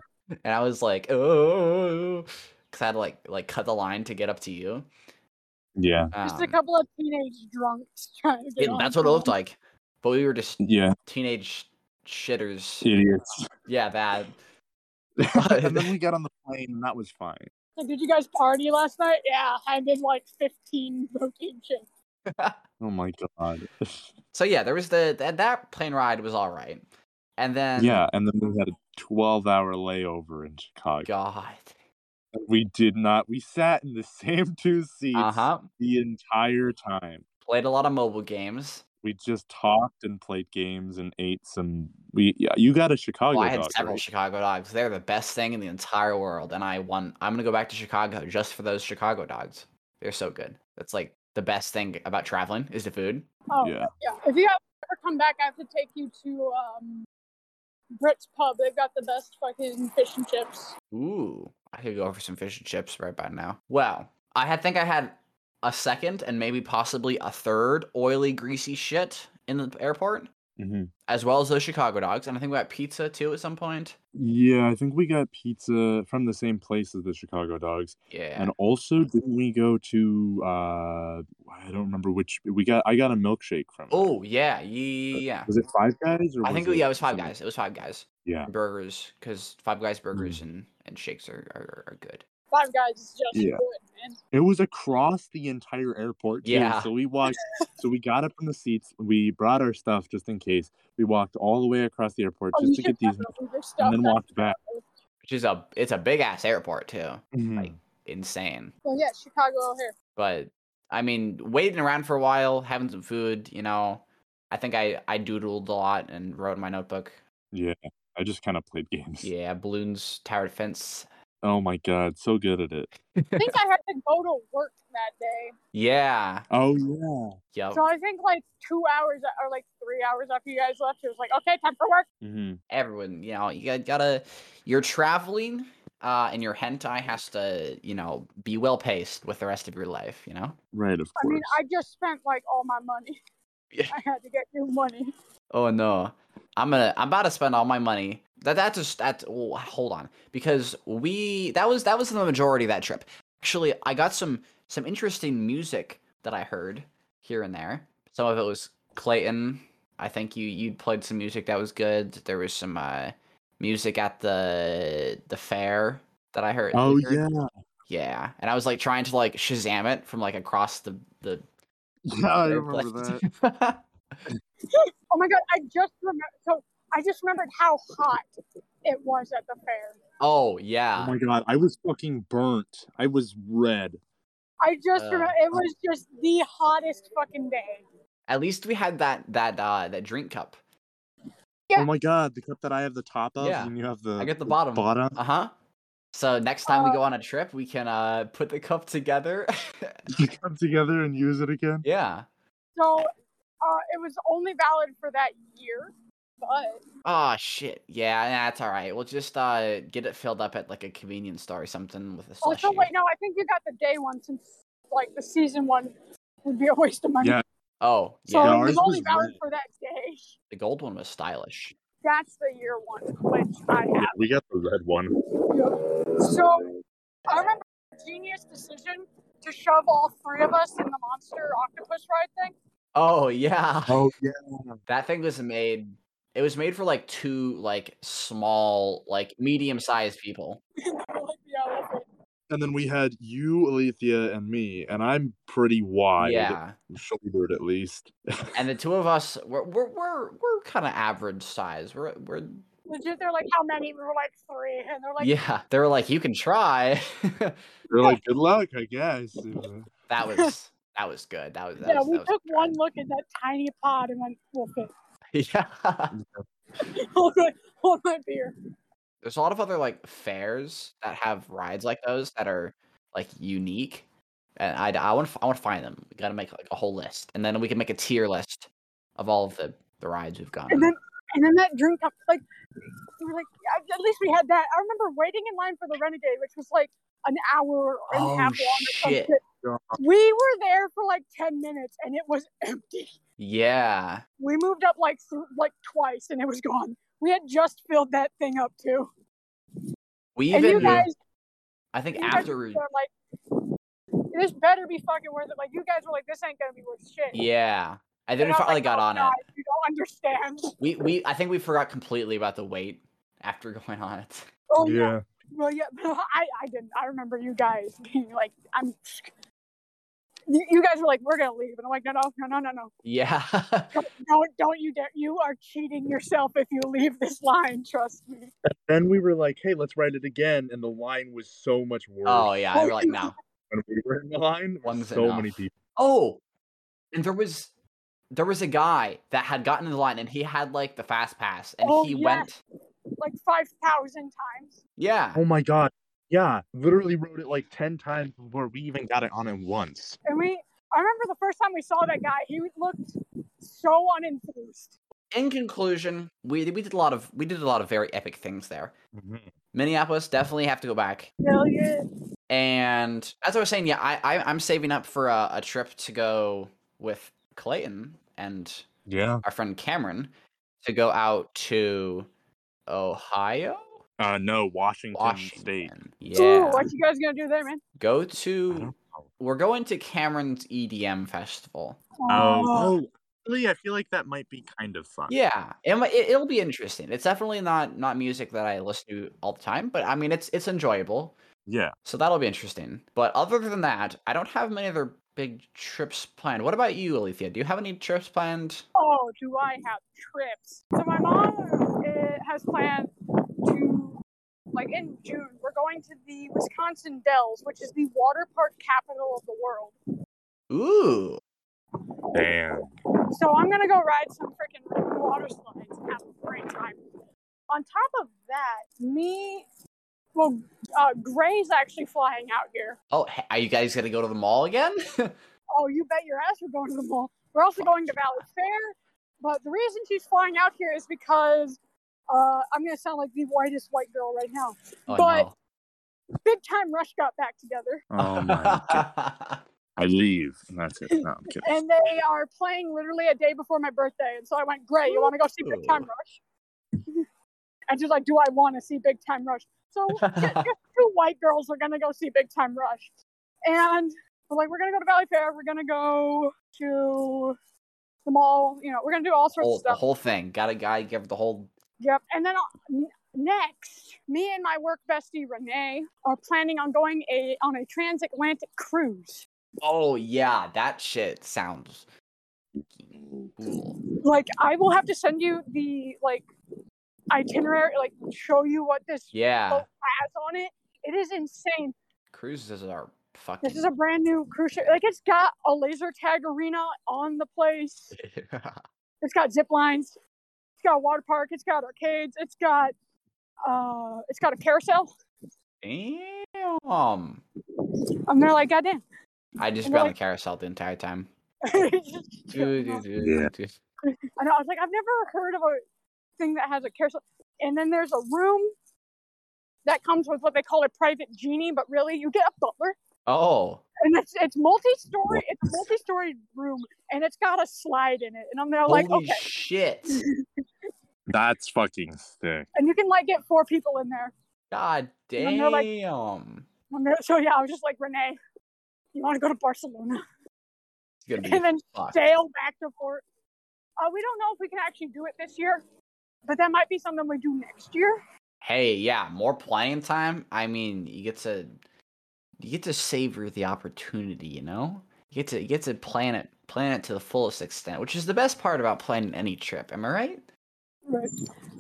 B: And I was like, oh, because I had to like like cut the line to get up to you.
C: Yeah.
A: Just a
B: Um,
A: couple of teenage drunks trying to get
B: it-
A: on
B: that's what it
A: to
B: looked
A: them.
B: like, but we were just
C: Yeah.
B: teenage shitters.
C: Idiots.
B: Yeah, that.
C: and then we got on the plane and that was fine.
A: So did you guys party last night? Yeah, I did like 15 protein shakes.
C: Oh my god.
B: So yeah, there was the that, that plane ride was all right, and then
C: yeah, and then we had a 12 hour layover in Chicago.
B: God,
C: And We did not, we sat in the same two seats
B: uh huh,
C: the entire time.
B: played a lot of mobile games.
C: We just talked and played games and ate some. We Oh, yeah, you got a Chicago
B: well, Oh, I had
C: dog,
B: several
C: right?
B: Chicago dogs. They're the best thing in the entire world, and I won. I'm gonna go back to Chicago just for those Chicago dogs. They're so good. That's like the best thing about traveling is the food.
A: Oh,
C: Yeah.
A: Yeah, if you guys ever come back, I have to take you to um, Brit's Pub. They've got the best fucking fish and chips.
B: Ooh, I could go for some fish and chips right by now. Well, I had think I had a second and maybe possibly a third oily, greasy shit in the airport.
C: Mhm.
B: as well as those Chicago dogs, and I think we got pizza too at some point.
C: Yeah, I think we got pizza from the same place as the Chicago dogs.
B: Yeah.
C: And also, didn't we go to? uh I don't remember which. We got. I got a milkshake from. there.
B: Oh yeah, yeah, yeah.
C: was it Five Guys? Or
B: I think
C: was
B: yeah, it was Five
C: something-
B: Guys. It was Five Guys.
C: Yeah. Mm-hmm.
B: and Burgers, because Five Guys burgers and, and shakes are, are are good.
A: Five Guys is just
C: Yeah.
A: good, man.
C: It was across the entire airport. Too.
B: Yeah.
C: So we walked. so we got up from the seats. We brought our stuff just in case. We walked all the way across the airport
A: Oh, you
C: just to
A: should
C: get these,
A: definitely do stuff
C: and then
A: that-
C: walked back.
B: Which is a it's a big ass airport too,
C: Mhm.
B: insane.
A: Well, yeah, Chicago O'Hare.
B: But I mean, waiting around for a while, having some food, you know. I think I I doodled a lot and wrote in my notebook.
C: Yeah. I just kind of played games.
B: Yeah, balloons, tower defense.
C: Oh my god, so good at it.
A: I think I had to go to work that day,
B: Yeah.
C: Oh yeah.
B: Yep.
A: so I think like two hours or like three hours after you guys left, it was like, okay, time for work.
C: hmm
B: everyone you know you got- gotta you're traveling uh and your hentai has to you know be well paced with the rest of your life you know
C: Right, of
A: I
C: course.
A: mean, I just spent like all my money.
B: Yeah.
A: I had to get new money.
B: oh no i'm gonna i'm about to spend all my money that that's just that's oh, hold on because we that was that was the majority of that trip actually i got some some interesting music that i heard here and there some of it was clayton i think you you played some music that was good there was some uh music at the the fair that i heard
C: oh
B: we heard.
C: yeah.
B: Yeah, and I was like trying to like Shazam it from like across the the.
C: Yeah, I
B: their
C: remember that.
B: place.
A: Oh my god, I just remember. So I just remembered how hot it was at the fair.
B: oh
C: Oh
B: yeah,
C: my god, I was fucking burnt. I was red.
A: I just
B: Ugh.
A: remember it was just the hottest fucking day.
B: at least we had that that uh that drink cup.
A: Yeah.
C: Oh my god, the cup that I have the top of
B: Yeah.
C: and you have the
B: I get the bottom.
C: bottom.
B: Uh huh. So next time we go on a trip, we can uh put the cup together.
C: You come together and use it again.
B: yeah.
A: So Uh, it was only valid for that year, but
B: Oh shit. Yeah, nah, that's all right. We'll just uh get it filled up at like a convenience store or something with a slushie.
A: also Oh, wait, no, I think you got the day one since like the season one would be a waste of money.
C: Yeah,
B: Oh,
A: so
B: yeah.
A: it
C: ours
A: was only
C: was
A: valid
C: red.
A: for that day.
B: The gold one was stylish.
A: That's the year one, which I
C: Yeah,
A: have.
C: we got the red one.
A: So I remember the genius decision to shove all three of us in the monster octopus ride thing.
B: Oh yeah.
C: Oh yeah.
B: That thing was made it was made for like two like small, like medium sized people.
A: Like, yeah, that's it.
C: And then we had you, Alethea, and me, and I'm pretty wide,
B: Yeah.
C: shouldered at least.
B: And the two of us we're we're we're, we're kinda average size. We're we're
A: Legit, they're like, how many? We were like three, and they're like,
B: Yeah. They were like, you can try.
C: They're like, good luck, I guess.
B: that was that was good. That was that
A: yeah.
B: was,
A: we
B: that was
A: took
B: good.
A: one look at that tiny pod and went, we'll fit.
B: Yeah.
A: Hold my, hold my beer.
B: there's a lot of other like fairs that have rides like those that are like unique and i i want to i want to find them we got to make like a whole list and then we can make a tier list of all of the the rides we've gone
A: And
B: on.
A: then, and then that drink, up, like, we were like, at- at least we had that. I remember waiting in line for the Renegade, which was like an hour and
B: Oh,
A: a half long. or some
B: shit.
C: God.
A: We were there for like ten minutes, and it was empty.
B: yeah
A: We moved up like th- like twice, and it was gone. We had just filled that thing up too.
B: we
A: and you
B: even
A: guys,
B: i think
A: you guys
B: after we-
A: were like, this better be fucking worth it. Like you guys were like, this ain't gonna be worth shit.
B: yeah and then
A: And
B: we
A: I was
B: finally
A: like,
B: got
A: "Oh,
B: on
A: guys,
B: it
A: You don't understand.
B: we we i think we forgot completely about the wait after going on it
A: Oh yeah. Well, yeah. I I didn't. I remember you guys being like, I'm. You you guys were like, we're gonna leave, and I'm like, no, no, no, no, no, no,
B: yeah
A: don't, don't, don't you dare! You are cheating yourself if you leave this line. Trust me.
C: Then we were like, hey, let's write it again. And the line was so much worse.
B: oh yeah and we're like no
C: When we were in the line,
B: One's
C: so
B: enough.
C: many people.
B: Oh, and there was there was a guy that had gotten in the line and he had like the fast pass and
A: Oh,
B: he
A: yeah.
B: went
A: Like five thousand times.
B: yeah
C: Oh my God. Yeah. Literally wrote it like 10 times before we even got it on it once.
A: And we, I remember the first time we saw that guy, he looked so unenthused.
B: in conclusion we we did a lot of we did a lot of very epic things there
C: Mm-hmm.
B: minneapolis definitely have to go back
A: Hell yeah.
B: and as i was saying yeah i, I i'm saving up for a, a trip to go with clayton and
C: Yeah.
B: our friend cameron to go out to ohio
C: Uh, no, Washington, State.
B: washington yeah
A: Ooh, what you guys gonna do there, man?
B: go
C: I
B: to
C: don't know.
B: we're going to cameron's edm festival
C: Um,
A: Oh,
C: oh, really? I feel like that might be kind of fun.
B: yeah it, mi- it, it'll be interesting it's definitely not not music that i listen to all the time but i mean it's it's enjoyable
C: Yeah.
B: so that'll be interesting but other than that i don't have many other big trips planned what about you alethea do you have any trips planned
A: oh, do I have trips? So my mom eh, has planned to, like in June, we're going to the Wisconsin Dells, which is the water park capital of the world.
B: ooh
C: Damn.
A: So I'm gonna go ride some freaking water slides and have a great time. On top of that, me, well, uh, Gray's actually flying out here.
B: oh he- are you guys gonna go to the mall again
A: Oh, you bet your ass we're going to the mall. We're also going to Valley Fair. But the reason she's flying out here is because uh, I'm going to sound like the whitest white girl right now.
B: oh
A: But-
B: no
A: Big Time Rush got back together
C: Oh my God. I leave. And that's it. No, I'm kidding.
A: and they are playing literally a day before my birthday. And so I went, Gray, you want to go see Big Time
B: Ooh.
A: Rush? and she's like, Do I want to see Big Time Rush? So ju- just two white girls are going to go see Big Time Rush. And we're like, We're going to go to Valley Fair. We're going to go to the mall. You know, we're going to do all sorts
B: whole,
A: of
B: the
A: stuff.
B: whole thing got a guy give the whole
A: Yep. And then uh, n- next, me and my work bestie Renee are planning on going a on a transatlantic cruise.
B: oh yeah that shit sounds cool
A: Like I will have to send you the like itinerary, like show you what this
B: yeah
A: has on it. It is insane.
B: cruises are fucking
A: This is a brand new cruise ship. Like it's got a laser tag arena on the place. It's got zip lines. It's got a water park. It's got arcades. It's got uh, it's got a carousel.
B: Damn.
A: And they're like, God damn.
B: I just
A: And
B: been
A: they're
B: on the
A: like-
B: carousel the entire time. Do, do, do, do,
C: Yeah.
B: do.
A: I know. I was like, I've never heard of a thing that has a carousel. And then there's a room that comes with what they call a private genie, but really you get a butler,
B: Oh,
A: and it's it's multi-story. It's a multi-story room, and it's got a slide in it. And I'm there like,
B: holy
A: okay.
B: shit!
C: That's fucking sick.
A: And you can like get four people in there.
B: God
A: And
B: damn.
A: they're like- I'm there- So yeah, I was just like, Renee, you want to go to Barcelona?
B: it's gonna be
A: and then
B: fucked.
A: sail back to port. Uh, we don't know if we can actually do it this year, but that might be something we do next year.
B: Hey, yeah, more playing time. I mean, you get to you get to savor the opportunity, you know? You get to you get to plan it plan it to the fullest extent, which is the best part about planning any trip, am I right?
A: Right.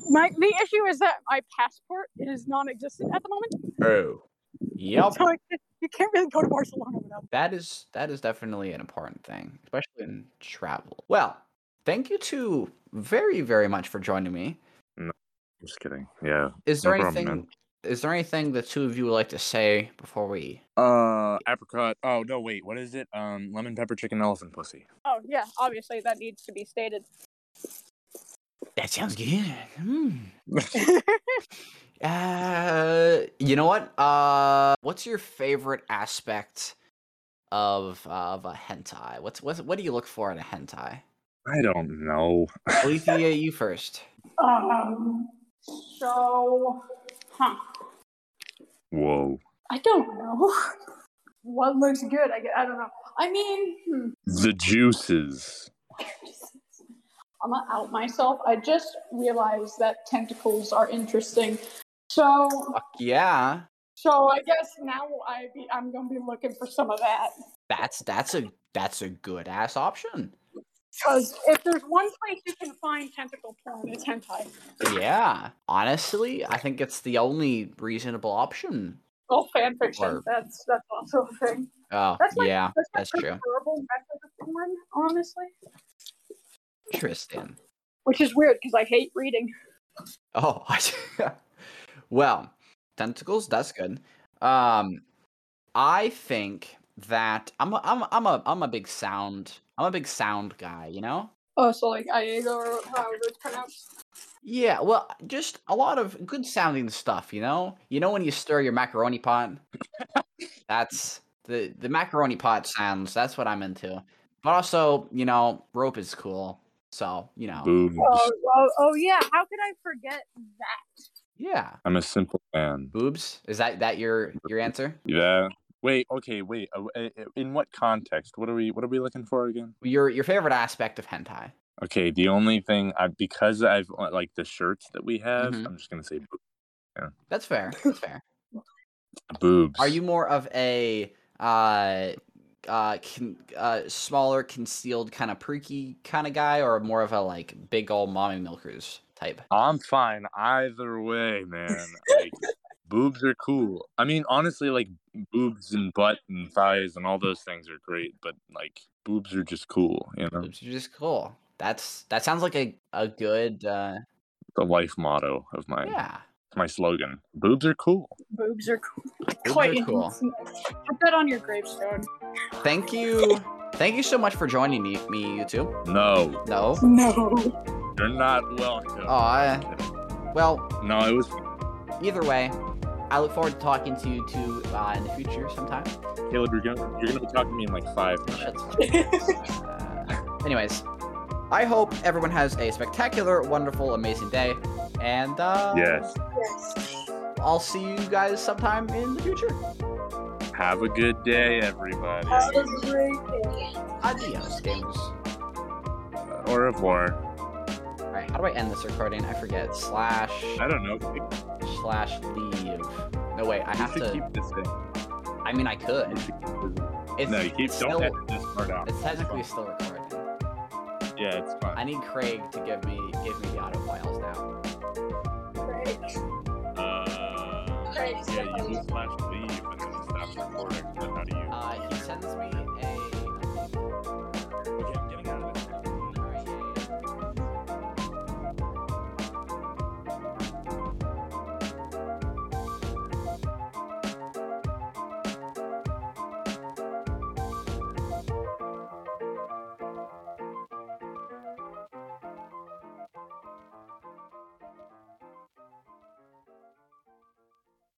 A: My the issue is that my passport is non-existent at the moment,
B: Oh. Yep.
A: so it, you can't really go to Barcelona without.
B: That is that is definitely an important thing, especially in travel. Well, thank you to very, very much for joining me.
C: Just kidding. Yeah.
B: Is there
C: No problem,
B: anything
C: man.
B: is there anything the two of you would like to say before we
F: Uh, apricot. Oh no, wait. What is it? Um, lemon pepper chicken elephant pussy.
A: Oh yeah, obviously that needs to be stated.
B: That sounds good. Hmm. Uh, you know what? Uh, what's your favorite aspect of of a hentai? What's what? What do you look for in a hentai?
C: I don't know.
B: Alethea, you first.
A: um, so, huh?
C: Whoa.
A: I don't know. What looks good? I, gue- I don't know. I mean, hmm.
C: The juices.
A: I'm gonna out myself. I just realized that tentacles are interesting. So,
B: Fuck yeah,
A: so I guess now I be, I'm gonna be looking for some of that.
B: that's that's a that's a good ass option.
A: Because if there's one place you can find tentacle porn, it's hentai.
B: Yeah, honestly, I think it's the only reasonable option.
A: Oh, fan fiction.
B: Or-
A: that's that's also a thing.
B: Oh
A: That's my-
B: yeah,
A: That's, my
B: that's true.
A: preferable method of porn, honestly.
B: Interesting.
A: Which is weird because I hate reading.
B: Oh, I see. well, tentacles. That's good. Um, I think that I'm a, I'm a, I'm a I'm a big sound I'm a big sound guy. You know.
A: Oh, so like Iago or however it's pronounced.
B: Yeah. Well, just a lot of good sounding stuff. You know. You know when you stir your macaroni pot. that's the the macaroni pot sounds. That's what I'm into. But also, you know, rope is cool. So you know.
C: Boobs.
A: Oh, oh, oh yeah. How could I forget that?
B: Yeah.
C: I'm a simple man.
B: Boobs. Is that that your your answer?
C: Yeah. Wait. Okay. Wait. uh, uh, uh, In what context? What are we? What are we looking for again?
B: Your your favorite aspect of hentai.
C: Okay. The only thing I because I've uh, like the shirts that we have.
B: Mhm.
C: I'm just gonna say boob-
B: That's fair. That's fair.
C: boobs.
B: Are you more of a uh, uh, con- uh, smaller, concealed, kind of perky kind of guy, or more of a like big old mommy milkers type?
C: I'm fine either way, man. Like boobs are cool. I mean, honestly, like boobs and butt and thighs and all those things are great, but like boobs are just cool, you know.
B: Which is just cool. That's that sounds like a a good uh,
C: The life motto of my
B: yeah.
C: my slogan. Boobs are cool.
A: Boobs are cool.
B: are
A: Clayton,
B: cool.
A: Put that on your gravestone.
B: Thank you, thank you so much for joining me, me you two.
C: No,
B: No,
A: No.
C: you're not welcome.
B: oh, I, well,
C: No, it was
B: either way, I look forward to talking to you two uh, in the future sometime.
C: Caleb. You're gonna you're gonna be talking to me in like five minutes.
B: That's Uh, anyways, I hope everyone has a spectacular, wonderful, amazing day, and uh,
C: Yes.
B: I'll see you guys sometime in the future.
C: Have a good day, everybody.
A: Have a great day.
B: Adios, gamers.
C: Au revoir.
B: All right, how do I end this recording? I forget. Slash
C: I don't know.
B: slash leave. No wait, I
C: I
B: have to.
C: have keep this in.
B: I mean, I could. It's,
C: No, you keep
B: it's
C: don't
B: still,
C: edit this part out.
B: It's technically
C: fine.
B: still recording.
C: Yeah, it's fine.
B: I need Craig to give me give me the audio files now.
A: Great.
C: Uh,
A: Craig,
C: yeah, you Uh,
A: somebody-
C: just
B: Uh,
C: flashed